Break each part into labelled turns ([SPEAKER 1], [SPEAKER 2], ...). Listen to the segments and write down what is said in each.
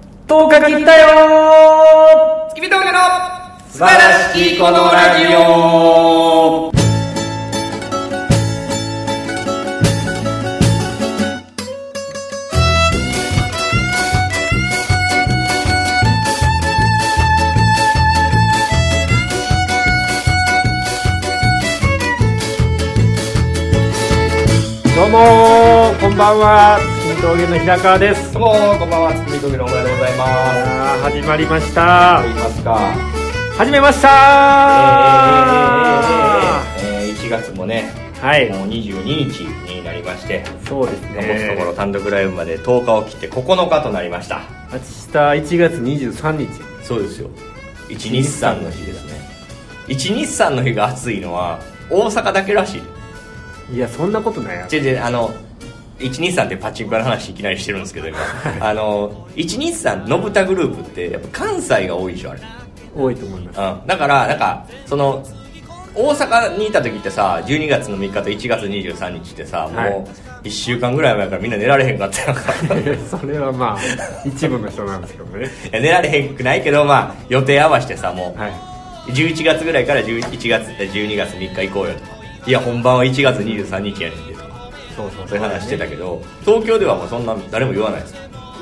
[SPEAKER 1] に行ったよ
[SPEAKER 2] 月見峠の素
[SPEAKER 1] 素晴らしきこのラジオどうもーこんばんは金峠の平川です
[SPEAKER 2] どうもこんばんは月見峠のおめでとうございます
[SPEAKER 1] あー始まりました
[SPEAKER 2] と言いますか
[SPEAKER 1] 始めましたー
[SPEAKER 2] えーえー1月もね
[SPEAKER 1] はい
[SPEAKER 2] もう22日になりまして
[SPEAKER 1] そうです
[SPEAKER 2] 残すところ
[SPEAKER 1] ね
[SPEAKER 2] 単独ライブまで10日を切って9日となりました
[SPEAKER 1] 明日1月23日
[SPEAKER 2] そうですよ123の日ですね123の日が暑いのは大阪だけらしい
[SPEAKER 1] いやそんなことないや
[SPEAKER 2] 違う違うあの123ってパチンコの話いきなりしてるんですけど 今あの123のぶたグループってやっぱ関西が多いでしょあれ
[SPEAKER 1] 多いと思います
[SPEAKER 2] うん、だからなんかその大阪にいた時ってさ12月の3日と1月23日ってさ、
[SPEAKER 1] はい
[SPEAKER 2] もう1週間ぐらい前からみんな寝られへんかったやんか
[SPEAKER 1] それはまあ一部の人なんですけどね
[SPEAKER 2] いや寝られへんくないけど、まあ、予定合わせてさも
[SPEAKER 1] はいう
[SPEAKER 2] 11月ぐらいから11月え12月3日行こうよとかいや本番は1月23日やねんでとか
[SPEAKER 1] そうそう
[SPEAKER 2] そういう話してたけど東京ではもうそんな誰も言わないです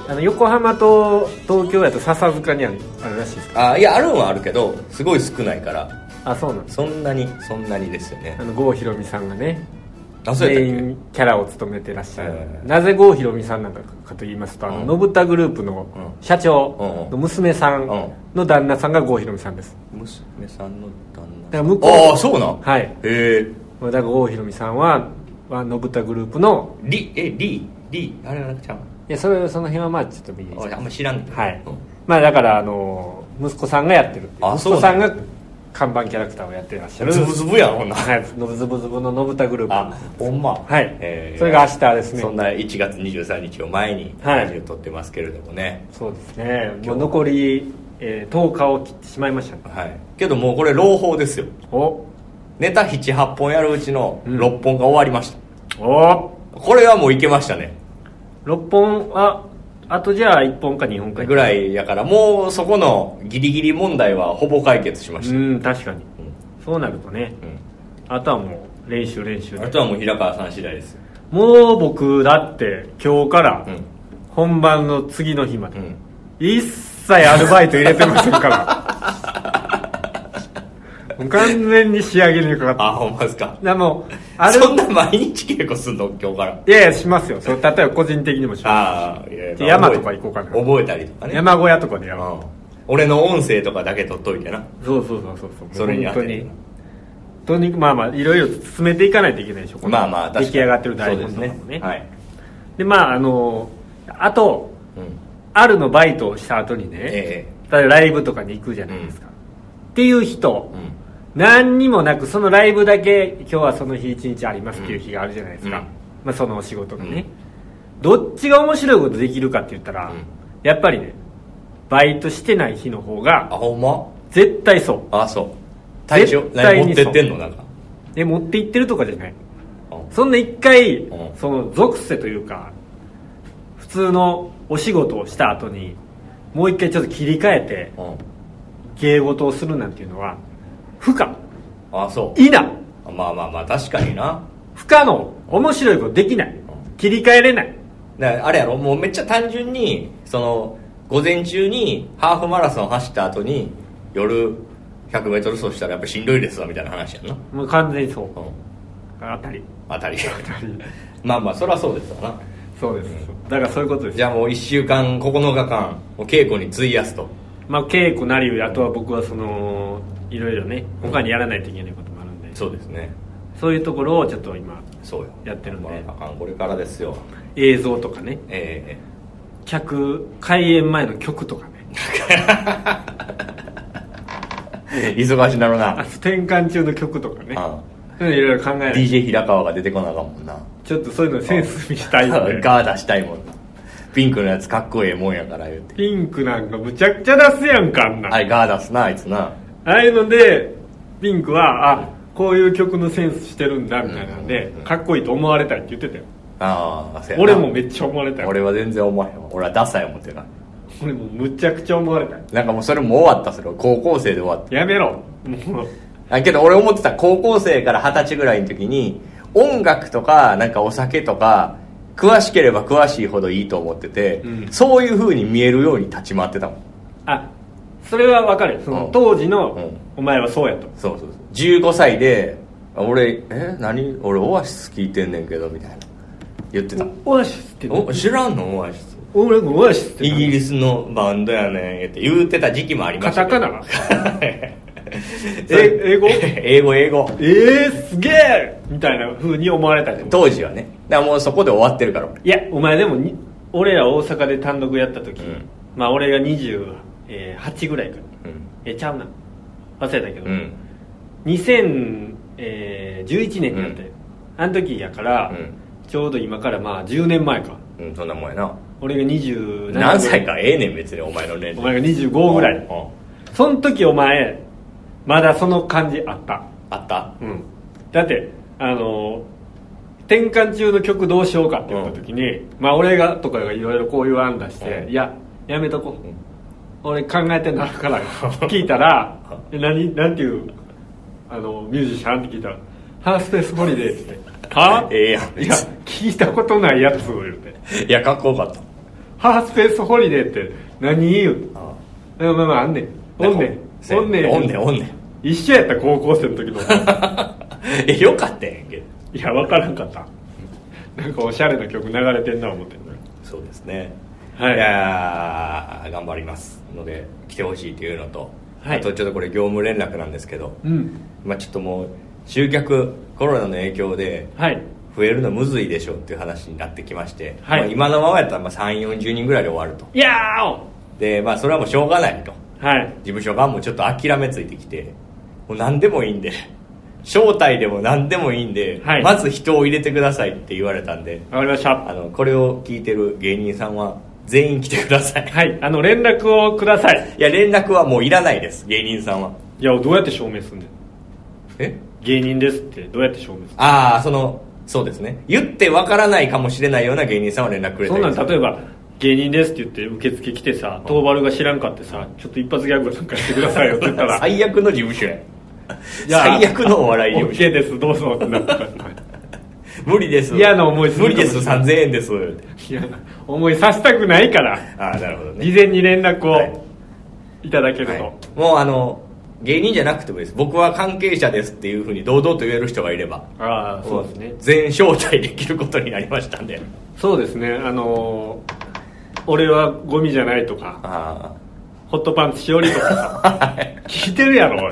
[SPEAKER 1] あの横浜と東京やと笹塚にあるあるらしいですか
[SPEAKER 2] あいやあるんはあるけどすごい少ないから
[SPEAKER 1] あそうなんです
[SPEAKER 2] そんなにそんなにですよね
[SPEAKER 1] あの郷ひろみさんがね
[SPEAKER 2] あそうや
[SPEAKER 1] メイ
[SPEAKER 2] ったっけ
[SPEAKER 1] ンキャラを務めてらっしゃ
[SPEAKER 2] は
[SPEAKER 1] る
[SPEAKER 2] いはいはい
[SPEAKER 1] なぜ郷ひろみさんなのかと言いますとあ
[SPEAKER 2] う
[SPEAKER 1] の
[SPEAKER 2] ん
[SPEAKER 1] 信太グループの社長の娘さんの旦那さんが郷ひろみさんです
[SPEAKER 2] 娘さんの旦那
[SPEAKER 1] だから向こう
[SPEAKER 2] ああそうなん
[SPEAKER 1] はい
[SPEAKER 2] へえ
[SPEAKER 1] だから郷ひろみさんはまあ信太グループの
[SPEAKER 2] リえリリあれなんかちゃう
[SPEAKER 1] いやそれその辺はまあちょっと見え
[SPEAKER 2] 俺あんま知らんねん
[SPEAKER 1] はい
[SPEAKER 2] うん
[SPEAKER 1] まあだからあの息子さんがやってる
[SPEAKER 2] あ
[SPEAKER 1] 息
[SPEAKER 2] そう
[SPEAKER 1] 子
[SPEAKER 2] な
[SPEAKER 1] さ
[SPEAKER 2] ん
[SPEAKER 1] ん
[SPEAKER 2] や
[SPEAKER 1] が看板キャラクターをやってらっしゃる
[SPEAKER 2] ズブズブやんほんなら
[SPEAKER 1] はいのぶずぶずぶの信太グルー
[SPEAKER 2] あ
[SPEAKER 1] プ
[SPEAKER 2] ほんま
[SPEAKER 1] はい
[SPEAKER 2] えー
[SPEAKER 1] それが明日ですね
[SPEAKER 2] そんな1月23日を前に
[SPEAKER 1] はい
[SPEAKER 2] ラジオ撮ってますけれどもね
[SPEAKER 1] そうですねもう残り、えー10日を切ってしまいましたね
[SPEAKER 2] はいけどもうこれ朗報ですよ
[SPEAKER 1] お
[SPEAKER 2] ネタ78本やるうちの
[SPEAKER 1] うん
[SPEAKER 2] 6本が終わりまし
[SPEAKER 1] お
[SPEAKER 2] たこれはもういけましたね
[SPEAKER 1] 6本ああとじゃあ1本か2本か
[SPEAKER 2] ぐらいやからもうそこのギリギリ問題はほぼ解決しました
[SPEAKER 1] うん確かにそうなるとね
[SPEAKER 2] うん
[SPEAKER 1] あとはもう練習練習
[SPEAKER 2] あ
[SPEAKER 1] で
[SPEAKER 2] とはもう平川さん次第ですよ
[SPEAKER 1] もう僕だって今日から
[SPEAKER 2] うん
[SPEAKER 1] 本番の次の日まで、
[SPEAKER 2] うん
[SPEAKER 1] 一切アルバイト入れてません からもう完全に仕上げにかかって
[SPEAKER 2] あほんまですか
[SPEAKER 1] だからもうアル
[SPEAKER 2] そんな毎日稽古すんの今日から
[SPEAKER 1] いやいやしますよそれ例えば個人的にもしま
[SPEAKER 2] ああいやい
[SPEAKER 1] で
[SPEAKER 2] や
[SPEAKER 1] 山
[SPEAKER 2] 覚
[SPEAKER 1] と
[SPEAKER 2] え
[SPEAKER 1] か行こうかな
[SPEAKER 2] 覚えたりとか
[SPEAKER 1] す
[SPEAKER 2] ね
[SPEAKER 1] 山小屋とかでや
[SPEAKER 2] う
[SPEAKER 1] る
[SPEAKER 2] ん俺の音声とかだけ取っといてな
[SPEAKER 1] そうそうそうそうそう
[SPEAKER 2] それに
[SPEAKER 1] 本
[SPEAKER 2] 当
[SPEAKER 1] 当
[SPEAKER 2] てる
[SPEAKER 1] にとにまあまあいろいろ進めていかないといけないでしょこの
[SPEAKER 2] まあまあ確かに
[SPEAKER 1] 出来上がってる台本とか
[SPEAKER 2] そう
[SPEAKER 1] も
[SPEAKER 2] です
[SPEAKER 1] ね
[SPEAKER 2] ねはい、
[SPEAKER 1] でまああのあと
[SPEAKER 2] うん、
[SPEAKER 1] あるのバイトをした後にね、
[SPEAKER 2] え
[SPEAKER 1] 例えばライブとかに行くじゃないですか、っていう人
[SPEAKER 2] え、うん
[SPEAKER 1] 何にもなくそのライブだけ今日はその日一日ありますっていう日があるじゃないですか、
[SPEAKER 2] うん
[SPEAKER 1] まあ、そのお仕事のね、どっちが面白いことできるかって言ったら、
[SPEAKER 2] うん
[SPEAKER 1] やっぱりねバイトしてない日の方が
[SPEAKER 2] あほんま
[SPEAKER 1] 絶対そう
[SPEAKER 2] あそう体調
[SPEAKER 1] 絶対
[SPEAKER 2] 何持っ
[SPEAKER 1] に
[SPEAKER 2] て
[SPEAKER 1] そう
[SPEAKER 2] ってんのなんか
[SPEAKER 1] で持って行ってるとかじゃない
[SPEAKER 2] あ
[SPEAKER 1] そんな一回、
[SPEAKER 2] うん
[SPEAKER 1] その属性というか普通のお仕事をした後にもう一回ちょっと切り替えて
[SPEAKER 2] うん
[SPEAKER 1] 芸事をするなんていうのは不可
[SPEAKER 2] あそう
[SPEAKER 1] 否
[SPEAKER 2] あまあまあまあ確かにな
[SPEAKER 1] 不可能面白いことできない切り替えれない
[SPEAKER 2] だからあれやろもうめっちゃ単純にその午前中にハーフマラソン走った後に夜 100m 走したらやっぱしんどいですわみたいな話やんな、
[SPEAKER 1] もう完全にそう
[SPEAKER 2] うん、
[SPEAKER 1] あたり
[SPEAKER 2] 当たりまあまあそりゃそうですわな
[SPEAKER 1] そうです、だからそういうことです
[SPEAKER 2] じゃあもう1週間9日間もう稽古に費やすと
[SPEAKER 1] まあ稽古なりあとは僕はそのいろいろね他にやらないといけないこともあるんで
[SPEAKER 2] そうですね
[SPEAKER 1] そういうところをちょっと今
[SPEAKER 2] そうよ
[SPEAKER 1] やってるんで
[SPEAKER 2] まああかんこれからですよ
[SPEAKER 1] 映像とかね
[SPEAKER 2] え
[SPEAKER 1] 客開演前の曲とかね
[SPEAKER 2] え 忙しなる
[SPEAKER 1] あ
[SPEAKER 2] な、
[SPEAKER 1] 転換中の曲とかねそういうのいろいろ考えな
[SPEAKER 2] うん、
[SPEAKER 1] い
[SPEAKER 2] DJ 平川が出てこなあかんもんな
[SPEAKER 1] ちょっとそういうのセンス見したいので
[SPEAKER 2] ガー出したいもんなピンクのやつかっこええもんやから言うて
[SPEAKER 1] ピンクなんかむちゃくちゃ出すやんかあんなん
[SPEAKER 2] あれガー出すなあいつな
[SPEAKER 1] ああいうのでピンクはあこういう曲のセンスしてるんだみたいなんで、
[SPEAKER 2] うん
[SPEAKER 1] かっこいいと思われたいって言ってたよ
[SPEAKER 2] ああ
[SPEAKER 1] 俺もめっちゃ思われたよ
[SPEAKER 2] 俺は全然思わへんわ俺はダサい思ってない
[SPEAKER 1] 俺もうむちゃくちゃ思われた
[SPEAKER 2] なんかもうそれも終わったそれは高校生で終わっ
[SPEAKER 1] やめろもう
[SPEAKER 2] たあけど俺思ってた高校生から二十歳ぐらいの時に音楽とかなんかお酒とか詳しければ詳しいほどいいと思ってて、
[SPEAKER 1] うん
[SPEAKER 2] そういう風に見えるように立ち回ってたもん
[SPEAKER 1] あそれはわかるその
[SPEAKER 2] うん
[SPEAKER 1] 当時の、
[SPEAKER 2] うん
[SPEAKER 1] お前はそうやと
[SPEAKER 2] そうそうそう15歳であ俺え何俺オアシス聞いてんねんけどみたいな言ってた
[SPEAKER 1] オアシスって
[SPEAKER 2] お知らんのオアシス
[SPEAKER 1] 俺のオアシスって
[SPEAKER 2] イギ
[SPEAKER 1] 何
[SPEAKER 2] リスのバンドやねんって言ってた時期もありま
[SPEAKER 1] カ
[SPEAKER 2] した
[SPEAKER 1] タ
[SPEAKER 2] け
[SPEAKER 1] カ
[SPEAKER 2] ど
[SPEAKER 1] ナが
[SPEAKER 2] え
[SPEAKER 1] え英語
[SPEAKER 2] 英語英語
[SPEAKER 1] えー、すげえみたいな風に思われたと思う
[SPEAKER 2] 当時はねだからもうそこで終わってるから俺
[SPEAKER 1] いやお前でもに俺ら大阪で単独やった時、
[SPEAKER 2] うん
[SPEAKER 1] まあ俺が28ぐらいかなえちゃうな忘れたけど、
[SPEAKER 2] うん、うん
[SPEAKER 1] 2011年にやって、
[SPEAKER 2] うん
[SPEAKER 1] あの時やから、
[SPEAKER 2] うん
[SPEAKER 1] ちょうど今からまあ10年前か
[SPEAKER 2] うん、そんなもんやな
[SPEAKER 1] 俺が27
[SPEAKER 2] 何歳かええねん別にお前の年
[SPEAKER 1] お
[SPEAKER 2] 齢
[SPEAKER 1] 前が25ぐらい
[SPEAKER 2] うん
[SPEAKER 1] その時お前まだその感じあった
[SPEAKER 2] あった
[SPEAKER 1] うんだってあの転換中の曲どうしようかって言った時に、まあ俺がとかがいろいろこういう案出して、
[SPEAKER 2] うん
[SPEAKER 1] いややめとこう、
[SPEAKER 2] うん
[SPEAKER 1] 俺考えてなる から聞いたら「え何なんていうあのミュージシャン?」って聞いたら「ハーフスペースホリデー」って「は
[SPEAKER 2] ええやん
[SPEAKER 1] いや聞いたことないやつを言うて
[SPEAKER 2] いやかっこよかった
[SPEAKER 1] 「ハーフスペースホリデー」って何言うて
[SPEAKER 2] あ
[SPEAKER 1] まあまあまああんねんおんねんおんねん
[SPEAKER 2] おんねんおんねん
[SPEAKER 1] 一緒やった高校生の時の
[SPEAKER 2] えよかったやんけど
[SPEAKER 1] いや分からんかったなんかおしゃれな曲流れてんな思って
[SPEAKER 2] そうですね。
[SPEAKER 1] はい
[SPEAKER 2] いやー頑張りますので来てほしいというのと、
[SPEAKER 1] はい
[SPEAKER 2] あとちょっとこれ業務連絡なんですけど、
[SPEAKER 1] うん
[SPEAKER 2] まあちょっともう集客コロナの影響で
[SPEAKER 1] はい
[SPEAKER 2] 増えるのむずいでしょうっていう話になってきまして、
[SPEAKER 1] はい
[SPEAKER 2] まあ今のままやったらまあ3 4 0人ぐらいで終わると
[SPEAKER 1] いやー
[SPEAKER 2] でまあそれはもうしょうがないと
[SPEAKER 1] おはい
[SPEAKER 2] 事務所がもうちょっと諦めついてきてもう何でもいいんで招待でも何でもいいんで、
[SPEAKER 1] はい
[SPEAKER 2] まず人を入れてくださいって言われたんで
[SPEAKER 1] わかりました
[SPEAKER 2] あのこれを聞いてる芸人さんは全員来てください
[SPEAKER 1] はいあの連絡をください
[SPEAKER 2] いや連絡はもういらないです芸人さんはい
[SPEAKER 1] やどうやって証明すんねん
[SPEAKER 2] え
[SPEAKER 1] 芸人ですってどうやって証明する
[SPEAKER 2] ああそのそうですね言ってわからないかもしれないような芸人さんは連絡くれ
[SPEAKER 1] そ
[SPEAKER 2] て
[SPEAKER 1] んな
[SPEAKER 2] る
[SPEAKER 1] ん例えば芸人ですって言って受付来てさ東原が知らんかってさちょっと一発ギャグなんかしてくださいよって言ったら
[SPEAKER 2] 最悪の事務所や
[SPEAKER 1] いや
[SPEAKER 2] 最悪のお笑い事務所
[SPEAKER 1] OK ですどうぞってなったからさ
[SPEAKER 2] 無理です
[SPEAKER 1] 嫌な思いする
[SPEAKER 2] 無
[SPEAKER 1] か
[SPEAKER 2] 理
[SPEAKER 1] もしれ
[SPEAKER 2] で
[SPEAKER 1] ない
[SPEAKER 2] す3000円です
[SPEAKER 1] いや思いさせたくないから
[SPEAKER 2] ああなるほどね
[SPEAKER 1] 事前に連絡
[SPEAKER 2] は
[SPEAKER 1] を
[SPEAKER 2] い
[SPEAKER 1] いただけると、
[SPEAKER 2] はいもうあの芸人じゃなくてもいいです僕は関係者ですっていうふうに堂々と言える人がいれば
[SPEAKER 1] ああそうですね
[SPEAKER 2] 全招待できることになりましたんで
[SPEAKER 1] そうですねあのー俺はゴミじゃないとか
[SPEAKER 2] あ
[SPEAKER 1] ホットパンツしおりとかさ
[SPEAKER 2] あはい
[SPEAKER 1] 聞いてるやろ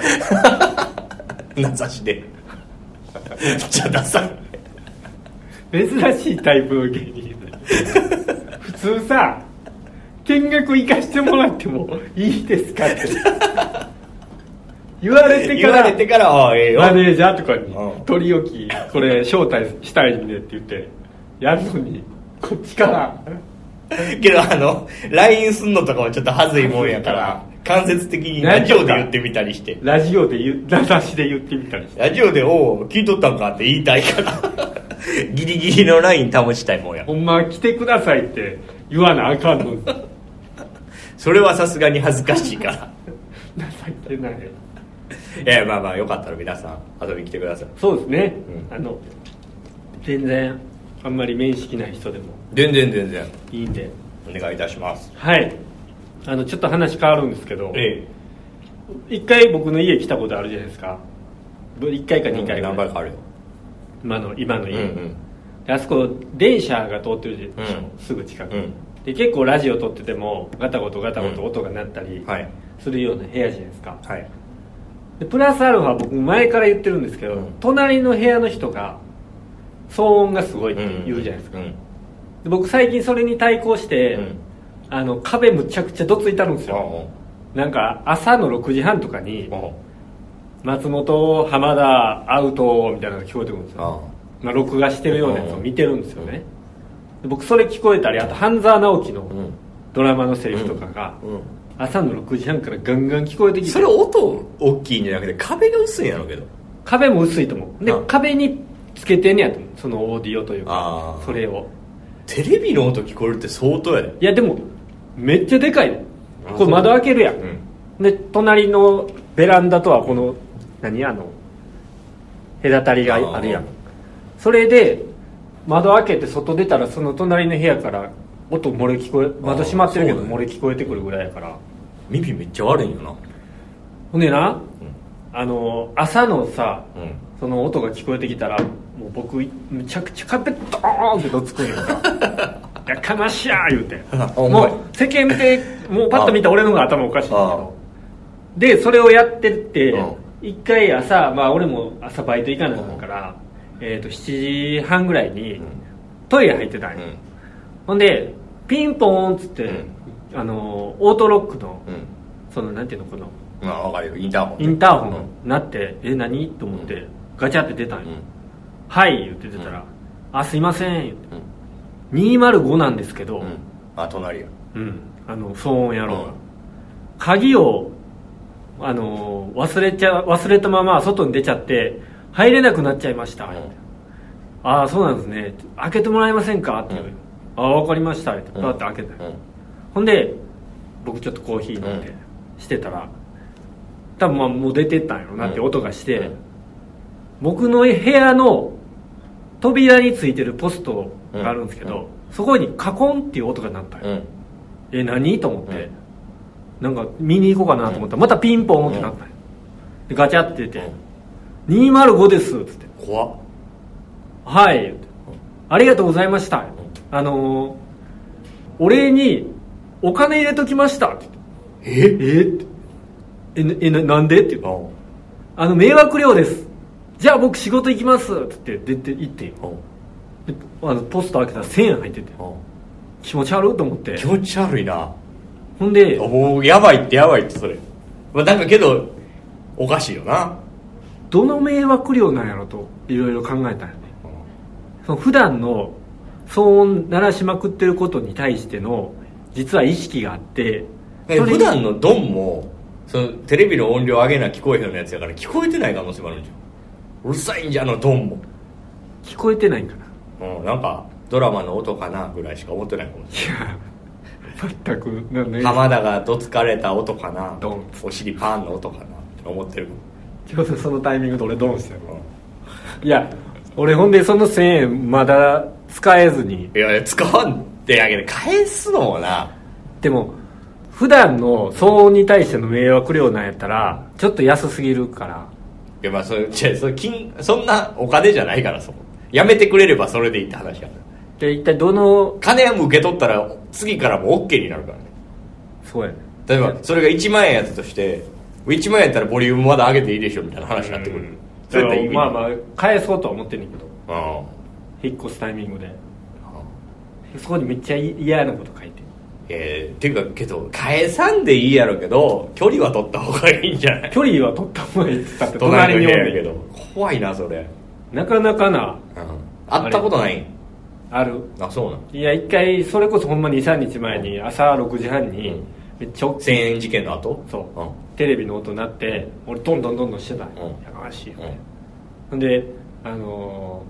[SPEAKER 1] 俺
[SPEAKER 2] 名指しでめっちゃダサい
[SPEAKER 1] 珍しいタイプの芸人普通さ見学行かしてもらってもいいですかって言われて
[SPEAKER 2] 言
[SPEAKER 1] か
[SPEAKER 2] わ
[SPEAKER 1] ら
[SPEAKER 2] れてからはええよ
[SPEAKER 1] マネージャーとかに
[SPEAKER 2] うん
[SPEAKER 1] 「取り置きこれ招待したいんで」って言ってやるのにこっちから
[SPEAKER 2] けどあの LINE すんのとかはちょっと恥ずいもん やから間接的に
[SPEAKER 1] ラ
[SPEAKER 2] ラ
[SPEAKER 1] ジ
[SPEAKER 2] ジ
[SPEAKER 1] オ
[SPEAKER 2] オ
[SPEAKER 1] で
[SPEAKER 2] で言ってみたりして
[SPEAKER 1] ラジオで言う名指しで言ってみたりして
[SPEAKER 2] ラジオで「おお聞いとったんか」って言いたいから ギリギリのライン保ちたいもんや
[SPEAKER 1] ほんま来てくださいって言わなあかんのに情
[SPEAKER 2] それはさすがに恥ずかしい から
[SPEAKER 1] けない
[SPEAKER 2] いやまあまあよかったら皆さん遊びに来てください
[SPEAKER 1] そうですね、
[SPEAKER 2] うん
[SPEAKER 1] あの全然あんまり面識ない人でも
[SPEAKER 2] 全然全然
[SPEAKER 1] いいんで
[SPEAKER 2] お願いいたします
[SPEAKER 1] はいあのちょっと話変わるんですけど
[SPEAKER 2] え
[SPEAKER 1] 一回僕の家来たことあるじゃないですかぶ一回か
[SPEAKER 2] え
[SPEAKER 1] 二回ぐらい
[SPEAKER 2] 何回かあるよ
[SPEAKER 1] 今の今の
[SPEAKER 2] うん
[SPEAKER 1] 家、
[SPEAKER 2] うん
[SPEAKER 1] であそこ電車が通ってるでしょ、
[SPEAKER 2] うん
[SPEAKER 1] すぐ近く、
[SPEAKER 2] うん
[SPEAKER 1] で結構ラジオ撮っててもガタゴトガタゴト音が鳴ったり
[SPEAKER 2] はい
[SPEAKER 1] するような部屋じゃないですか、
[SPEAKER 2] はい
[SPEAKER 1] でプラスアルファ僕前から言ってるんですけど、
[SPEAKER 2] うん
[SPEAKER 1] 隣の部屋の人が騒音がすごいって言うじゃないですか、
[SPEAKER 2] うん
[SPEAKER 1] で僕最近それに対抗して、
[SPEAKER 2] うん
[SPEAKER 1] あの壁むちゃくちゃどついたるんですよ、なんか朝の6時半とかに
[SPEAKER 2] あ
[SPEAKER 1] 松本浜田アウトみたいなのが聞こえてくるんです
[SPEAKER 2] あああ
[SPEAKER 1] よ、まあ、録画してるようなやつを見てるんですよね、で僕それ聞こえたりあと半沢直樹の
[SPEAKER 2] うん
[SPEAKER 1] ドラマのセリフとかが
[SPEAKER 2] うん
[SPEAKER 1] 朝の6時半からガンガン聞こえてき
[SPEAKER 2] そ
[SPEAKER 1] て
[SPEAKER 2] れ音大きいんじゃなくて壁が薄いんやろうけど
[SPEAKER 1] 壁も薄いと思うで
[SPEAKER 2] うん
[SPEAKER 1] 壁につけてんねやと思うそのオーディオというか
[SPEAKER 2] あー
[SPEAKER 1] それを
[SPEAKER 2] テレビの音聞こえるって相当やで
[SPEAKER 1] いやでもめっちゃでかいよ
[SPEAKER 2] あ
[SPEAKER 1] こ
[SPEAKER 2] そう
[SPEAKER 1] れ窓開けるやん、
[SPEAKER 2] うん
[SPEAKER 1] で隣のベランダとはこの何あの隔たりがあるやん
[SPEAKER 2] あー
[SPEAKER 1] それで窓開けて外出たらその隣の部屋から音漏れ聞こえ窓閉まってるけど
[SPEAKER 2] そうね
[SPEAKER 1] 漏れ聞こえてくるぐらいやから
[SPEAKER 2] 耳めっちゃ悪いんよな
[SPEAKER 1] ほんでな、あの朝のさ
[SPEAKER 2] うんうん
[SPEAKER 1] その音が聞こえてきたらもう僕むちゃくちゃカーペットドーンってどつ くんやんかいやかましや言うて
[SPEAKER 2] あお
[SPEAKER 1] も
[SPEAKER 2] 前
[SPEAKER 1] う世間でもうパッと見た俺の方が頭おかしいんだけ
[SPEAKER 2] ああ
[SPEAKER 1] どでそれをやってって
[SPEAKER 2] うん
[SPEAKER 1] 一回朝まあ俺も朝バイト行かなあかんから、えー、と7時半ぐらいに
[SPEAKER 2] ん
[SPEAKER 1] トイレ入ってたんや、ほんでピンポーンっつって、
[SPEAKER 2] うん
[SPEAKER 1] あのオートロックの
[SPEAKER 2] うん
[SPEAKER 1] そのなんていうのこの
[SPEAKER 2] まあ分かるよインターホン
[SPEAKER 1] インターホンなって、え何と思って、ガチャって出たんよ、はい言って出たら、あすいません言って
[SPEAKER 2] うん
[SPEAKER 1] 205なんですけど、
[SPEAKER 2] うん、うん、あ隣や
[SPEAKER 1] うん、あの騒音野郎が、
[SPEAKER 2] うん
[SPEAKER 1] 鍵をあのー忘れちゃ忘れたまま外に出ちゃって入れなくなっちゃいました、
[SPEAKER 2] うん
[SPEAKER 1] ああそうなんですね開けてもらえませんかって言う、
[SPEAKER 2] うん
[SPEAKER 1] ああ分かりましたって
[SPEAKER 2] うん
[SPEAKER 1] パッて開けた、
[SPEAKER 2] うん
[SPEAKER 1] ほんで僕ちょっとコーヒー飲んで
[SPEAKER 2] うん
[SPEAKER 1] してたら多分まあもう出てったんやろなって
[SPEAKER 2] うん
[SPEAKER 1] 音がして、
[SPEAKER 2] うん
[SPEAKER 1] 僕の部屋の扉についてるポストがあるんですけど、そこにカコンっていう音が鳴ったんよ、
[SPEAKER 2] うん
[SPEAKER 1] え何と思って、なんか見に行こうかなと思ったらまたピンポンってなったんよでガチャって出て「205です」っつって
[SPEAKER 2] 怖っ
[SPEAKER 1] 「はい」言ってありがとうございました」あのーお礼にお金入れときました」って言って「ええってえなえななんで?」って言う
[SPEAKER 2] おう
[SPEAKER 1] あの迷惑料ですじゃあ僕仕事行きます」っつって出て行ってんよ
[SPEAKER 2] おう
[SPEAKER 1] であのポスト開けたら1000円入ってて
[SPEAKER 2] おう
[SPEAKER 1] 気持ち悪いと思って
[SPEAKER 2] 気持ち悪いな
[SPEAKER 1] ほんで
[SPEAKER 2] おうやばいってやばいってそれまあなんかけどおかしいよな
[SPEAKER 1] どの迷惑料なんやろといろいろ考えたんよねその普段の騒音鳴らしまくってることに対しての実は意識があって
[SPEAKER 2] え
[SPEAKER 1] それ
[SPEAKER 2] 普段のドンもそのテレビの音量上げな聞こえへんのやつやから聞こえてない可能性もあるんじゃんうるさいんじゃあのドンも、
[SPEAKER 1] 聞こえてないんかな
[SPEAKER 2] うん、なんかドラマの音かなぐらいしか思ってないかもし
[SPEAKER 1] いや全くなん
[SPEAKER 2] れ
[SPEAKER 1] ね
[SPEAKER 2] ない浜田がどつかれた音かな
[SPEAKER 1] ドン
[SPEAKER 2] お尻パンの音かなって思ってる、
[SPEAKER 1] ちょうどそのタイミングで俺ドンしてる
[SPEAKER 2] う
[SPEAKER 1] いや俺ほんでその1000円まだ使えずに
[SPEAKER 2] ん、いや使わんであげて返すのもな
[SPEAKER 1] でも普段の騒音に対しての迷惑料なんやったらちょっと安すぎるから
[SPEAKER 2] いやまあそれじゃそれ金そんなお金じゃないからそこやめてくれればそれでいいって話やから
[SPEAKER 1] で一体どの
[SPEAKER 2] 金はもう受け取ったら次からも OK になるからね
[SPEAKER 1] そうやね
[SPEAKER 2] 例えばそれが1万円やったとして1万円やったらボリュームまだ上げていいでしょみたいな話になってくる、そ
[SPEAKER 1] そ
[SPEAKER 2] れやっ
[SPEAKER 1] れ
[SPEAKER 2] たら意味
[SPEAKER 1] まあ
[SPEAKER 2] あ
[SPEAKER 1] まあ返そうとは思ってんねんけど
[SPEAKER 2] あ
[SPEAKER 1] 引っ越すタイミングでそこにめっちゃ嫌なこと書いて
[SPEAKER 2] えー、っていうかけど返さんでいいやろうけど距離は取った方がいいんじゃない
[SPEAKER 1] 距離は取った方がいいって言ったって
[SPEAKER 2] 隣
[SPEAKER 1] 隣
[SPEAKER 2] の
[SPEAKER 1] に
[SPEAKER 2] 部
[SPEAKER 1] お
[SPEAKER 2] 屋
[SPEAKER 1] る
[SPEAKER 2] やけど怖いなそれ、
[SPEAKER 1] なかなかな
[SPEAKER 2] うん、会ったことない
[SPEAKER 1] ある
[SPEAKER 2] あそうなん
[SPEAKER 1] いや一回それこそほんま23日前に朝6時半
[SPEAKER 2] う
[SPEAKER 1] に
[SPEAKER 2] ん
[SPEAKER 1] めっちゃ大きい
[SPEAKER 2] 1000円事件の後
[SPEAKER 1] そう
[SPEAKER 2] うん
[SPEAKER 1] テレビの音鳴って俺どんどんどんどんしてたん
[SPEAKER 2] うん
[SPEAKER 1] よやかましいよ
[SPEAKER 2] う
[SPEAKER 1] ねほん
[SPEAKER 2] ん
[SPEAKER 1] であの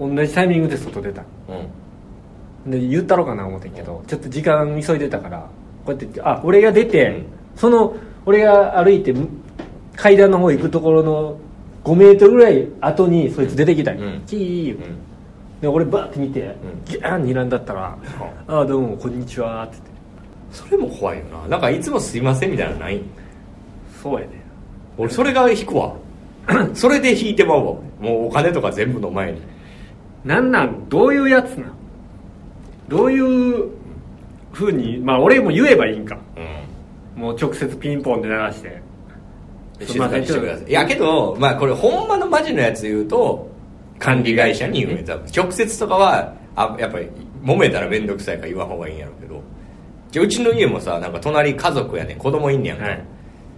[SPEAKER 1] ー同じタイミングで外出た
[SPEAKER 2] うん
[SPEAKER 1] で言ったろかな思ってんけどちょっと時間急いでたからこうやってあ俺が出て、
[SPEAKER 2] うん
[SPEAKER 1] その俺が歩いて階段の方行くところの5メートルぐらい後にそいつ出てきたんよ、
[SPEAKER 2] うん
[SPEAKER 1] キー言う
[SPEAKER 2] う
[SPEAKER 1] て
[SPEAKER 2] ん
[SPEAKER 1] で俺バーって見て、
[SPEAKER 2] ん
[SPEAKER 1] ギャーン睨んだったら「ああどうもこんにちは」って言って
[SPEAKER 2] それも怖いよななんかいつもすいませんみたいなのない
[SPEAKER 1] 「そうやね
[SPEAKER 2] 俺それが 引くわそれで引いてまうわもうお金とか全部の前に
[SPEAKER 1] なんなんどういうやつなんどういうふうにまあ俺も言えばいいんか
[SPEAKER 2] うん
[SPEAKER 1] もう直接ピンポンで鳴らして
[SPEAKER 2] 静かにしてくださいいやけどまあこれほんまのマジのやつ言うと管理会社に言うね多分直接とかはあやっぱり揉めたら面倒くさいから言わん方がいいんやろうけどじゃあうちの家もさなんか隣家族やねん子供いんねやんか、
[SPEAKER 1] はい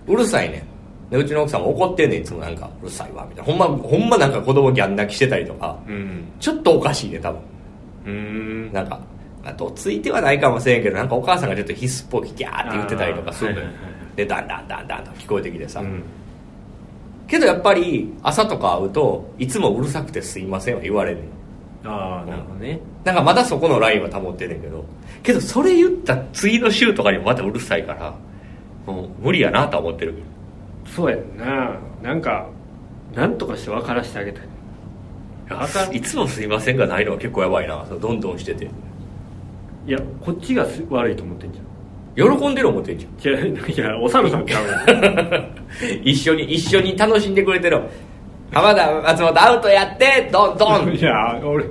[SPEAKER 1] う
[SPEAKER 2] るさいねんでうちの奥さんも怒ってんねんいつもなんかうるさいわみたいなほんまほんまなんか子供ギャン泣きしてたりとか
[SPEAKER 1] うん
[SPEAKER 2] ちょっとおかしいね多分
[SPEAKER 1] うん
[SPEAKER 2] なんか、まあ、どついてはないかもしれんけどなんかお母さんがちょっとヒスっぽきギャーって言ってたりとかするのよ
[SPEAKER 1] あーはいはいは
[SPEAKER 2] でだんだんだんだんと聞こえてきてさ、
[SPEAKER 1] うん
[SPEAKER 2] けどやっぱり朝とか会うといつもうるさくてすいませんは言われる
[SPEAKER 1] ああなるほどね
[SPEAKER 2] なんかまだそこのラインは保ってんねんけどけどそれ言った次の週とかにもまたうるさいからもう無理やなとは思ってるけど
[SPEAKER 1] そうやんななんかなんとかして分からしてあげたい
[SPEAKER 2] いやいつもすいませんがないのは結構やばいなそのどんどんしてて
[SPEAKER 1] いやこっちがす悪いと思ってんじゃん
[SPEAKER 2] 喜んでる思ってんじゃん
[SPEAKER 1] じゃいやおさるさんちゃうやん
[SPEAKER 2] 一緒に一緒に楽しんでくれてる浜田松本アウトやってどんどん
[SPEAKER 1] いや俺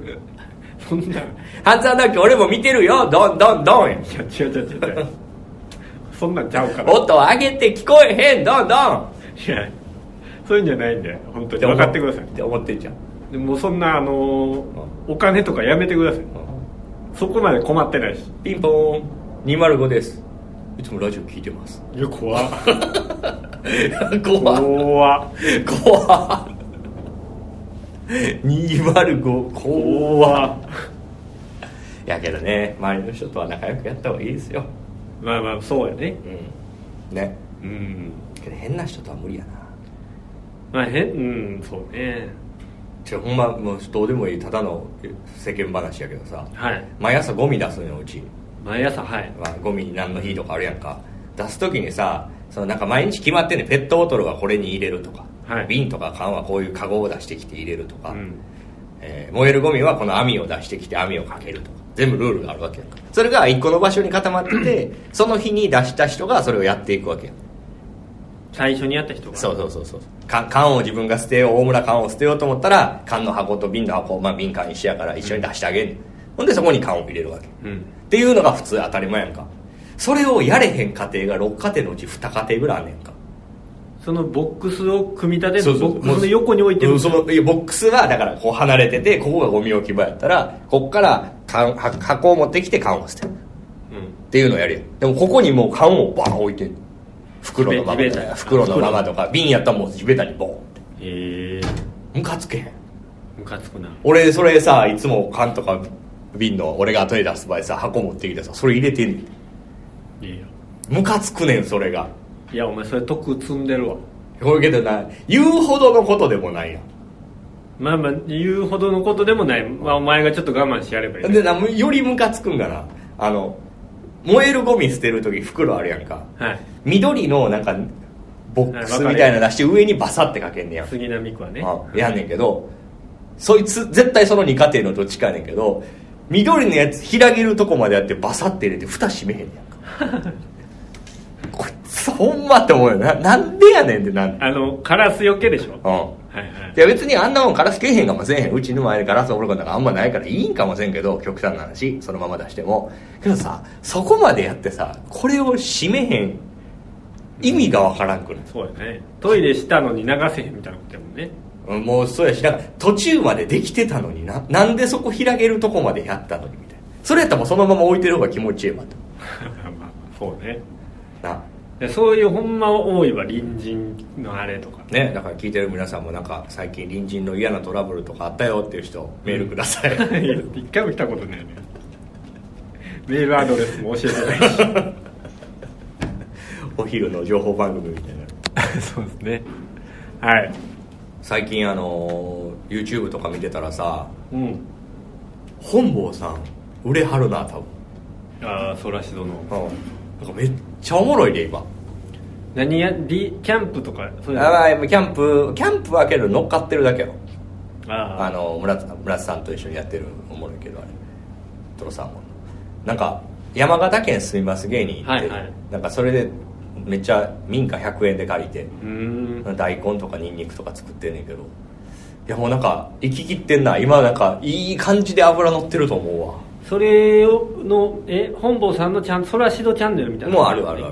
[SPEAKER 1] そんない
[SPEAKER 2] 半沢直樹俺も見てるよどんどんどんや
[SPEAKER 1] や違う違う違う違うそんなんちゃうから
[SPEAKER 2] 音を上げて聞こえへんどんどん
[SPEAKER 1] いやそういうんじゃないんだよ本当に分かってください
[SPEAKER 2] って思ってんじゃん
[SPEAKER 1] でもうそんなあのーお金とかやめてくださいそこまで困ってないし
[SPEAKER 2] ピンポーン205ですいつもラジオ聞いてます
[SPEAKER 1] いや怖っ
[SPEAKER 2] 怖っ
[SPEAKER 1] 怖っ
[SPEAKER 2] 怖っ205怖っ
[SPEAKER 1] 怖っ
[SPEAKER 2] やけどね周りの人とは仲良くやった方がいいですよ
[SPEAKER 1] まあまあそうやね
[SPEAKER 2] うんね
[SPEAKER 1] うん
[SPEAKER 2] けど変な人とは無理や
[SPEAKER 1] ま
[SPEAKER 2] な
[SPEAKER 1] あへうんそうね
[SPEAKER 2] ちょほんまもうどうでもいいただの世間話やけどさ
[SPEAKER 1] はい
[SPEAKER 2] 毎朝ゴミ出すのようち、
[SPEAKER 1] 毎朝はい
[SPEAKER 2] まあ、ゴミ何の日とかあるやんか出す時にさそのなんか毎日決まってんねんペットボトルはこれに入れるとか、
[SPEAKER 1] はい
[SPEAKER 2] 瓶とか缶はこういうカゴを出してきて入れるとか、
[SPEAKER 1] うん
[SPEAKER 2] えー燃えるゴミはこの網を出してきて網をかけるとか全部ルールがあるわけやんかそれが一個の場所に固まってて その日に出した人がそれをやっていくわけやん
[SPEAKER 1] 最初にやった人が
[SPEAKER 2] そうそうそうそう缶缶を自分が捨てよう大村缶を捨てようと思ったら缶の箱と瓶の箱、まあ、瓶缶一緒やから一緒に出してあげんねん、ほんでそこに缶を入れるわけ
[SPEAKER 1] うん
[SPEAKER 2] っていうのが普通当たり前やんかそれをやれへん家庭が6家庭のうち2家庭ぐらいあんねんか
[SPEAKER 1] そのボックスを組み立て
[SPEAKER 2] そ
[SPEAKER 1] る
[SPEAKER 2] うそう
[SPEAKER 1] ボックスの横に置いて
[SPEAKER 2] う
[SPEAKER 1] る
[SPEAKER 2] んそのいやボックスはだからこう離れててここがゴミ置き場やったらこっから缶は箱を持ってきて缶を捨てる
[SPEAKER 1] うん
[SPEAKER 2] っていうのをやるやんでもここにもう缶をバーン置いてんの袋のまま
[SPEAKER 1] 地べ
[SPEAKER 2] と
[SPEAKER 1] たや
[SPEAKER 2] か袋のままとか瓶やったらもう地べたにボーンっ
[SPEAKER 1] ええ
[SPEAKER 2] てムカつけへん
[SPEAKER 1] ムカつくな
[SPEAKER 2] 俺それさいつも缶とか瓶の俺が後で出す場合さ箱持ってきてさそれ入れてんねん
[SPEAKER 1] いいよ
[SPEAKER 2] ムカつくねんそれが
[SPEAKER 1] いやお前それ得積んでるわ
[SPEAKER 2] これけどな言うほどのことでもないやん
[SPEAKER 1] まあまあ言うほどのことでもない、まあ、お前がちょっと我慢してやればいい
[SPEAKER 2] でなよりムカつくんかなあの燃えるゴミ捨てる時袋あるやんか
[SPEAKER 1] はい
[SPEAKER 2] 緑のなんかボックスみたいなの出して上にバサってかけんねやん
[SPEAKER 1] 杉並区はね
[SPEAKER 2] うんやんねんけどそいつ絶対その2家庭のどっちかやねんけど緑のやつ開けるとこまでやってバサって入れて蓋閉めへんねやんか こいつほんまって思うよななんでやねんってなんで
[SPEAKER 1] あのカラスよけでしょ
[SPEAKER 2] うん
[SPEAKER 1] はいはい
[SPEAKER 2] いや別にあんなもんガラスけえへんかもせえへんうちの前でガラスおることなんかあんまないからいいんかもせんけど極端な話そのまま出してもけどさそこまでやってさこれを閉めへん意味がわからんくない
[SPEAKER 1] そうやねトイレしたのに流せへんみたいなことやもんね
[SPEAKER 2] うんもうそうやしなんか途中までできてたのにななんでそこ開けるとこまでやったのにみたいなそれやったらもうそのまま置いてる方が気持ちいいわと
[SPEAKER 1] まあまあそうね
[SPEAKER 2] な
[SPEAKER 1] でそういうほんま多いわ隣人のあれとか
[SPEAKER 2] ねだから聞いてる皆さんもなんか最近隣人の嫌なトラブルとかあったよっていう人メールください、
[SPEAKER 1] いや一回も来たことないねメールアドレスも教えてないし
[SPEAKER 2] お昼の情報番組みたい な
[SPEAKER 1] そうですねはい
[SPEAKER 2] 最近あのー YouTube とか見てたらさ
[SPEAKER 1] うん
[SPEAKER 2] 本坊さん売れはるな多
[SPEAKER 1] ああそらしどの
[SPEAKER 2] 分なんかめっちゃおもろいで今
[SPEAKER 1] 何やリキャンプとかそういうの
[SPEAKER 2] あーキャンプキャンプはけど乗っかってるだけよ
[SPEAKER 1] あ
[SPEAKER 2] あの村田村田さんと一緒にやってるおもろいけどあれトロサーモンなんか山形県住みます芸人って、
[SPEAKER 1] はいはい
[SPEAKER 2] なんかそれでめっちゃ民家100円で借りて
[SPEAKER 1] うーん
[SPEAKER 2] 大根とかニンニクとか作ってんねんけどいやもうなんか行ききってんな今なんかいい感じで油乗ってると思うわ
[SPEAKER 1] それをのえ本坊さんのちゃんそらしどチャンネルみたいな
[SPEAKER 2] もうあるあるあ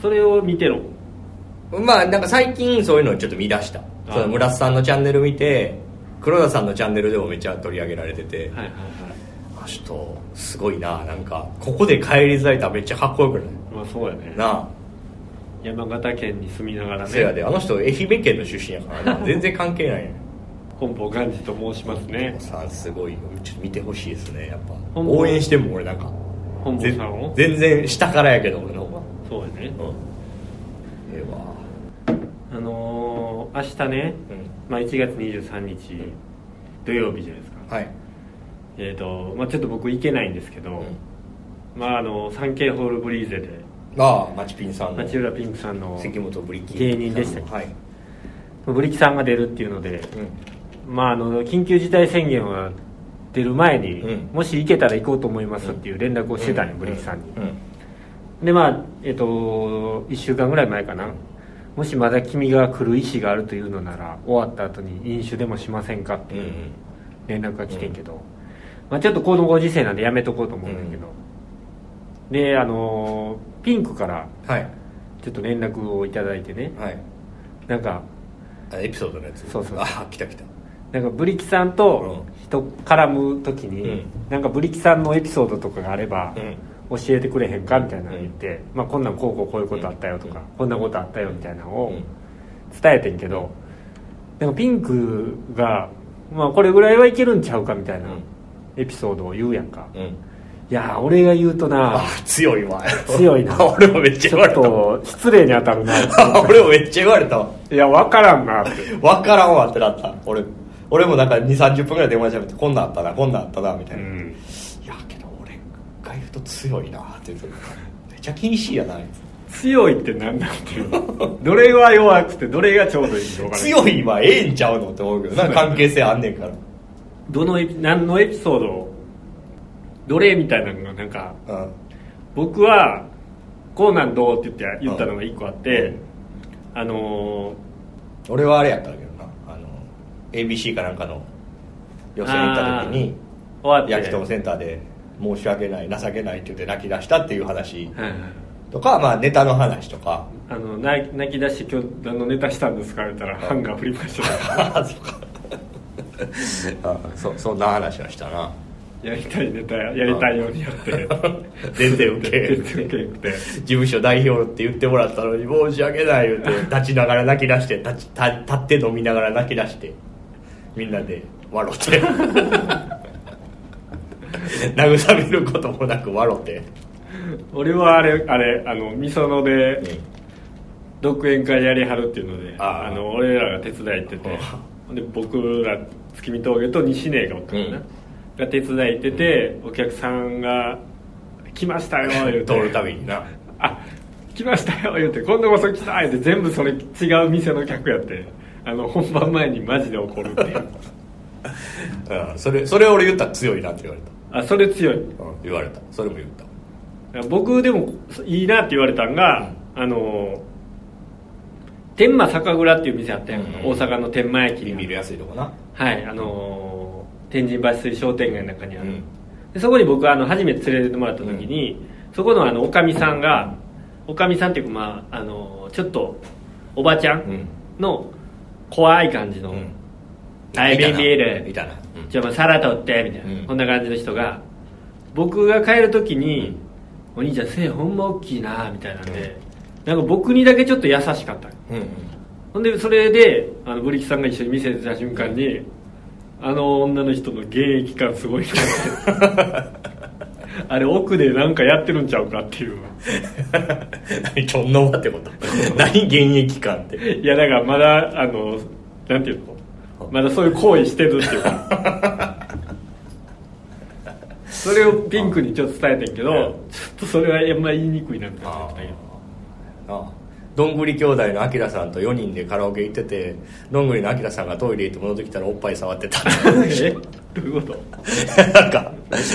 [SPEAKER 1] それを見てろ
[SPEAKER 2] るまあなんか最近そういうのをちょっと見出した
[SPEAKER 1] あ
[SPEAKER 2] その村瀬さんのチャンネル見て黒田さんのチャンネルでもめっちゃ取り上げられてて、
[SPEAKER 1] はいはいはい
[SPEAKER 2] あちょっとすごいななんかここで帰り咲いたらめっちゃかっこよくない
[SPEAKER 1] まあそうやね
[SPEAKER 2] な
[SPEAKER 1] 山形県に住みながら
[SPEAKER 2] あ
[SPEAKER 1] ね
[SPEAKER 2] せやであの人愛媛県の出身やからな全然関係ないやん
[SPEAKER 1] 本坊ガンジと申しますね
[SPEAKER 2] さんすごいよちょっと見てほしいですねやっぱ
[SPEAKER 1] ほんま
[SPEAKER 2] 応援しても俺なんか
[SPEAKER 1] 本坊
[SPEAKER 2] ぜ
[SPEAKER 1] さんを
[SPEAKER 2] 全然下からやけど俺の方が
[SPEAKER 1] そうやね
[SPEAKER 2] うんええわ
[SPEAKER 1] あのー、明日ね、
[SPEAKER 2] うん
[SPEAKER 1] まあ、1月23日土曜日じゃないですか
[SPEAKER 2] はい
[SPEAKER 1] えーとまあ、ちょっと僕行けないんですけど、まあ、あのサンケイホールブリーゼで
[SPEAKER 2] ああマチピンさんの
[SPEAKER 1] 町浦ピンクさんの
[SPEAKER 2] 関本ブリッキー
[SPEAKER 1] 芸人でしたっけ
[SPEAKER 2] はい、
[SPEAKER 1] ブリキさんが出るっていうので、まあ、あの緊急事態宣言は出る前に、
[SPEAKER 2] うん
[SPEAKER 1] もし行けたら行こうと思いますっていう連絡をしてたんよ、ブリキさんに、
[SPEAKER 2] う
[SPEAKER 1] でまあえっ、と1週間ぐらい前かなもしまだ君が来る意思があるというのなら終わった後に飲酒でもしませんかって
[SPEAKER 2] うんう
[SPEAKER 1] いうん連絡が来てんけど、まあ、ちょっとこのご時世なんでやめとこうと思うんだけど、であのーピンクから
[SPEAKER 2] はい
[SPEAKER 1] ちょっと連絡をいただいてね
[SPEAKER 2] はい
[SPEAKER 1] なんか
[SPEAKER 2] あエピソードのやつ
[SPEAKER 1] そうそう
[SPEAKER 2] あ来た来た
[SPEAKER 1] なんかブリキさんと人絡む時に、
[SPEAKER 2] うん
[SPEAKER 1] なんかブリキさんのエピソードとかがあれば、
[SPEAKER 2] うん
[SPEAKER 1] 教えてくれへんかみたいなの言って、まあ、こんなんこうこうこういうことあったよとか、
[SPEAKER 2] うん
[SPEAKER 1] こんなことあったよみたいなの
[SPEAKER 2] う
[SPEAKER 1] を
[SPEAKER 2] ん
[SPEAKER 1] 伝えてんけど、でもピンクが、まあ、これぐらいはいけるんちゃうかみたいな
[SPEAKER 2] うん
[SPEAKER 1] エピソードを言うやんか、い
[SPEAKER 2] うん
[SPEAKER 1] やー俺が言うとな
[SPEAKER 2] あ強いわ
[SPEAKER 1] 強いな
[SPEAKER 2] 俺 もめっち
[SPEAKER 1] ち
[SPEAKER 2] ゃ言
[SPEAKER 1] ょ
[SPEAKER 2] わ
[SPEAKER 1] っ
[SPEAKER 2] れたわ
[SPEAKER 1] と失礼に当たるな
[SPEAKER 2] 俺もめっちゃ言われたわ
[SPEAKER 1] いや分からんなって
[SPEAKER 2] わからんわってなった俺俺もなんか2 3 0分ぐらい電話しゃべってこんなんあったなこんなんあったなみたいな、いやけど俺が言うと強いなって言うとめっちゃ厳しいやなあい
[SPEAKER 1] 強いってなんなんていうのどれが弱くてどれがちょうどいいのか
[SPEAKER 2] つ
[SPEAKER 1] な
[SPEAKER 2] 強いはええんちゃうのって思うけどなんか関係性あんねんから
[SPEAKER 1] どのエピ何のエピソードをどれみたいなのがなんか
[SPEAKER 2] うん
[SPEAKER 1] 僕は「こうなんどう?」って言って言ったのが一個あって、あの
[SPEAKER 2] 俺はあれやったけどなあの ABC かなんかの
[SPEAKER 1] ー、
[SPEAKER 2] 予選行った時に
[SPEAKER 1] あー終わっ
[SPEAKER 2] 焼き
[SPEAKER 1] て
[SPEAKER 2] 鳥センターで申し訳ない情けないって言って泣き出したっていう話
[SPEAKER 1] はいはい
[SPEAKER 2] とか、まあ、ネタの話とか
[SPEAKER 1] あのな泣き出して今日何のネタしたんですか言ったらハンガー振りました
[SPEAKER 2] あそうかあそそんな話はしたな
[SPEAKER 1] やりたいネタやりたいようにやって
[SPEAKER 2] 全然ウケへん
[SPEAKER 1] 全然ウケなくて
[SPEAKER 2] 事務所代表って言ってもらったのに申し訳ない言うて立ちながら泣き出して立ち立立って飲みながら泣き出してみんなで笑って慰めることもなく笑って
[SPEAKER 1] 俺はあれあれあのみそので独演会やりはるっていうので
[SPEAKER 2] ああ
[SPEAKER 1] あの俺らが手伝い行っててで僕ら月見峠と西根がおったかな、
[SPEAKER 2] うん
[SPEAKER 1] が手伝い行ってて、お客さんが「来ま したよ」言うて
[SPEAKER 2] 通るたびにな
[SPEAKER 1] あ来ましたよ」言うて「今度こそ来た」言うて全部それ違う店の客やってあの本番前にマジで怒るっていう
[SPEAKER 2] うんそれそれ俺言ったら強いなって言われ
[SPEAKER 1] あそれ強い
[SPEAKER 2] た、うん言われたそれも言った
[SPEAKER 1] 僕でもいいなって言われたんが、あの天満酒蔵っていう店あったやん、
[SPEAKER 2] うん
[SPEAKER 1] 大阪の天満駅
[SPEAKER 2] ビ
[SPEAKER 1] に
[SPEAKER 2] ビるやすいとこな
[SPEAKER 1] はいあのー天神橋筋商店街の中にある、
[SPEAKER 2] うん
[SPEAKER 1] でそこに僕あの初めて連れてってもらった時に、そこのあのおかみさんがおかみさんっていうかまあ、あのーちょっとおばちゃ
[SPEAKER 2] うんん
[SPEAKER 1] の怖い感じの「
[SPEAKER 2] うん
[SPEAKER 1] はいビ
[SPEAKER 2] いた
[SPEAKER 1] ン
[SPEAKER 2] な
[SPEAKER 1] ビール
[SPEAKER 2] いたなうん
[SPEAKER 1] じゃあまあ皿取って」みたいな、
[SPEAKER 2] うん
[SPEAKER 1] こんな感じの人が僕が帰る時に「お兄ちゃん背ほんま大きいな」みたいなんで、なんか僕にだけちょっと優しかった
[SPEAKER 2] うん うん
[SPEAKER 1] ほんでそれであのブリキさんが一緒に見せてた瞬間にあの女の人の現役感すごいなって あれ奥でなんかやってるんちゃうかっていう
[SPEAKER 2] 何ちょんのわって こと何現役感って
[SPEAKER 1] いやだからまだあのなんていうのまだそういう行為してるっていうかそれをピンクにちょっと伝えてんけどちょっとそれはあんま言いにくいなみたいな
[SPEAKER 2] あ
[SPEAKER 1] っ
[SPEAKER 2] ー
[SPEAKER 1] たけど
[SPEAKER 2] あどんぐり兄弟のあきらさんと4人でカラオケ行っててどんぐりのあきらさんがトイレ行って戻ってきたらおっぱい触 ってた
[SPEAKER 1] えどういうこと
[SPEAKER 2] なんか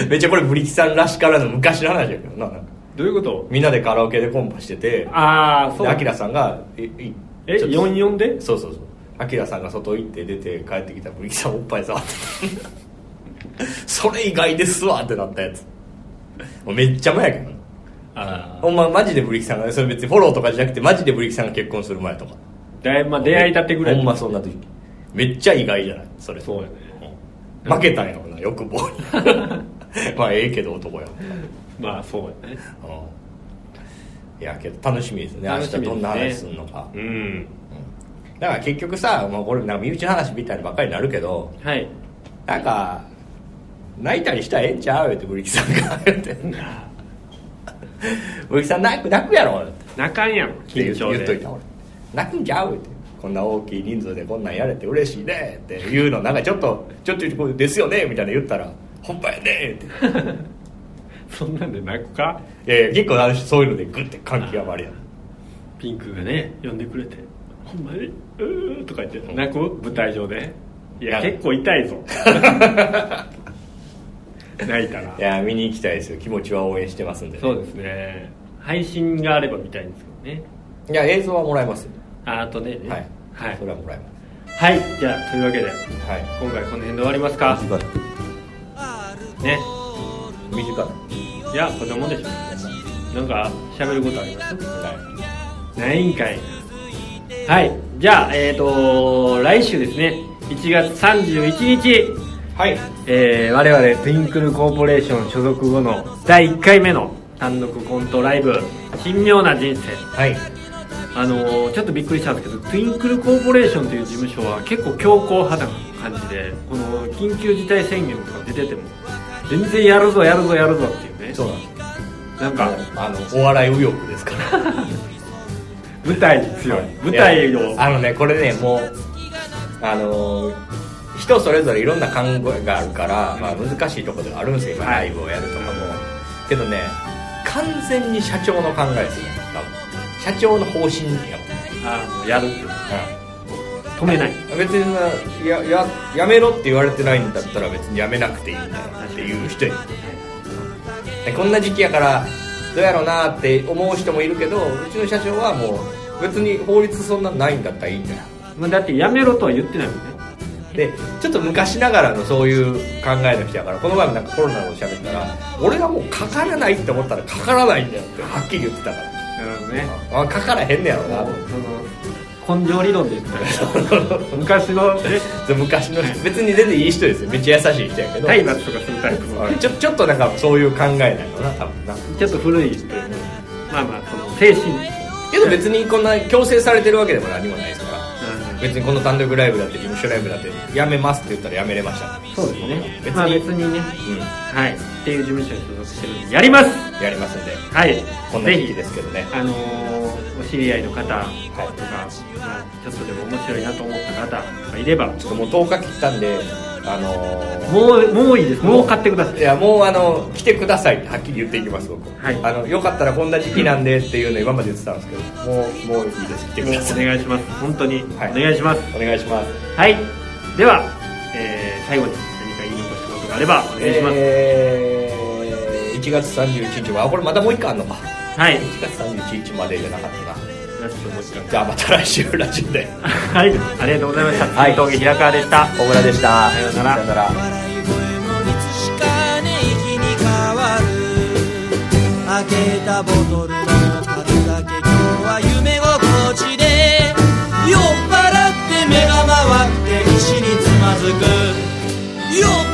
[SPEAKER 2] めっちゃこれブリキさんらしからぬ昔の話やけどな
[SPEAKER 1] どういうこと
[SPEAKER 2] みんなでカラオケでコンパしてて
[SPEAKER 1] ああそう
[SPEAKER 2] であきらさんがいい
[SPEAKER 1] え
[SPEAKER 2] ちょっと
[SPEAKER 1] 44で
[SPEAKER 2] そうそうそうあきらさんが外行って出て帰ってきたらブリキさんおっぱい触ってたそれ意外ですわってなったやつもうめっちゃ前やけどな
[SPEAKER 1] あー
[SPEAKER 2] ほんまマジでブリキさんがねそれ別にフォローとかじゃなくてマジでブリキさんが結婚する前とか
[SPEAKER 1] だいまあ出会いたてぐらい
[SPEAKER 2] ほんまそんな時めっちゃ意外じゃないそれ
[SPEAKER 1] そうやね
[SPEAKER 2] 負けたんやろな欲望 にまあええけど男やもん
[SPEAKER 1] まあそうやね
[SPEAKER 2] うんいやけど楽しみですね
[SPEAKER 1] 楽しみですね
[SPEAKER 2] 明日どんな話すんのか、
[SPEAKER 1] うん
[SPEAKER 2] うんだから結局さ、まあ、これなんか身内の話みたいにばっかりになるけど
[SPEAKER 1] はい
[SPEAKER 2] なんか泣いたりしたらええんちゃうよってブリキさんが言ってブリキさん泣く泣くやろって
[SPEAKER 1] 泣かんやん緊張
[SPEAKER 2] 言っとい
[SPEAKER 1] で
[SPEAKER 2] た俺泣くんちゃうってこんな大きい人数でこんなんやれて嬉しいねっていうのなんかちょっとちょっとこうですよねみたいな言ったら本番やねって
[SPEAKER 1] そんなんで泣くか
[SPEAKER 2] いやいや結構あるしそういうのでグッて感極まるやん
[SPEAKER 1] ピンクがね呼んでくれて「ほんまにうー」とか言って泣く舞台上でいや
[SPEAKER 2] いや
[SPEAKER 1] 結構痛い ぞ泣いたら
[SPEAKER 2] いや見に行きたいですよ気持ちは応援してますんで、ね、
[SPEAKER 1] そうですね配信があれば見たいんですけどね
[SPEAKER 2] いや映像はもらえますよ
[SPEAKER 1] ああとね
[SPEAKER 2] はい、
[SPEAKER 1] はい
[SPEAKER 2] それはもらえます
[SPEAKER 1] はい、じゃあというわけで
[SPEAKER 2] はい
[SPEAKER 1] 今回この辺で終わりますか
[SPEAKER 2] 短い
[SPEAKER 1] ね
[SPEAKER 2] 短い
[SPEAKER 1] いや子供でしょなんか喋ることあります
[SPEAKER 2] は
[SPEAKER 1] ないんかいはいじゃあえっ、ー、と来週ですね1月31日
[SPEAKER 2] い、はい、
[SPEAKER 1] えー、我々ツインクルコーポレーション所属後の第1回目の単独コントライブ「神妙な人生
[SPEAKER 2] はい」
[SPEAKER 1] あのーちょっとびっくりしたんですけどツインクルコーポレーションという事務所は結構強硬派な感じでこの緊急事態宣言とか出てても全然やるぞやるぞやるぞっていうね
[SPEAKER 2] そうなんです
[SPEAKER 1] なんか
[SPEAKER 2] あのお笑い右翼ですから
[SPEAKER 1] 舞台に強い舞台を
[SPEAKER 2] いやあのねこれねもうあのー人それぞれいろんな考えがあるから、まあ、難しいところではあるんですよ今
[SPEAKER 1] は
[SPEAKER 2] ラ
[SPEAKER 1] い
[SPEAKER 2] イブをやるとかも、けどね完全に社長の考えですね多分社長の方針やもん
[SPEAKER 1] あのやるっていう止めない
[SPEAKER 2] 別にさやややめろって言われてないんだったら別にやめなくていいんだよっていう人にこんな時期やからどうやろうなって思う人もいるけどうちの社長はもう別に法律そんなのないんだったらいいんだよ
[SPEAKER 1] まあだってやめろとは言ってないもんね
[SPEAKER 2] でちょっと昔ながらのそういう考えの人やからこの前もなんかコロナのこと喋ったら俺はもうかからないって思ったらかからないんだよってはっきり言ってたか
[SPEAKER 1] なるほどね
[SPEAKER 2] らあかからへんねやろな と
[SPEAKER 1] その根性理論で言ってたら昔のね
[SPEAKER 2] 昔の人別に全然いい人ですよめっちゃ優しい人やけど
[SPEAKER 1] 体罰とかするタイプの
[SPEAKER 2] ちょちょっとなんかそういう考えなのな多分な
[SPEAKER 1] ちょっと古いっていうねまあまあその精神、うん、
[SPEAKER 2] けど別にこんな強制されてるわけでも何もないですから別にこの単独ライブだって事務所ライブだってやめますって言ったらやめれました
[SPEAKER 1] そうですね
[SPEAKER 2] 別
[SPEAKER 1] まあ別
[SPEAKER 2] に、
[SPEAKER 1] にねはいっていう事務所に所属してるんでやります
[SPEAKER 2] うん、やりますんで
[SPEAKER 1] はい
[SPEAKER 2] こんな時期ですけどね
[SPEAKER 1] あのーお知り合いの方とか、まあ、ちょっとでも面白いなと思った方がいれば
[SPEAKER 2] ちょっともう10日切ったんであの
[SPEAKER 1] もうもういいですもう買ってくださ
[SPEAKER 2] ー、
[SPEAKER 1] い
[SPEAKER 2] いやもうあの来てくださいってはっきり言っていきます僕、
[SPEAKER 1] はい
[SPEAKER 2] あのよかったらこんな時期なんでっていうの今まで言ってたんですけどもうもういいです来てくださ
[SPEAKER 1] お
[SPEAKER 2] い
[SPEAKER 1] 願いします本当にお
[SPEAKER 2] はい
[SPEAKER 1] 願いします
[SPEAKER 2] お願いします
[SPEAKER 1] はい、では、えー最後に何か言い残したことがあればお願いします、
[SPEAKER 2] えー、1月31日はあこれまたもう一回あんのか
[SPEAKER 1] はい
[SPEAKER 2] 1月31日までじゃなかったな
[SPEAKER 1] ラストもう一回
[SPEAKER 2] じゃあまた来週ラジオで
[SPEAKER 1] はいありがとうございました、
[SPEAKER 2] はい
[SPEAKER 1] 峠平川でした
[SPEAKER 2] 小倉でした
[SPEAKER 1] さようなら
[SPEAKER 2] さようなら
[SPEAKER 3] 笑い声もいつしかね息に変わる開けたボトルの数だけ今日は夢心地で酔っ払って目が回って石につまずく酔っ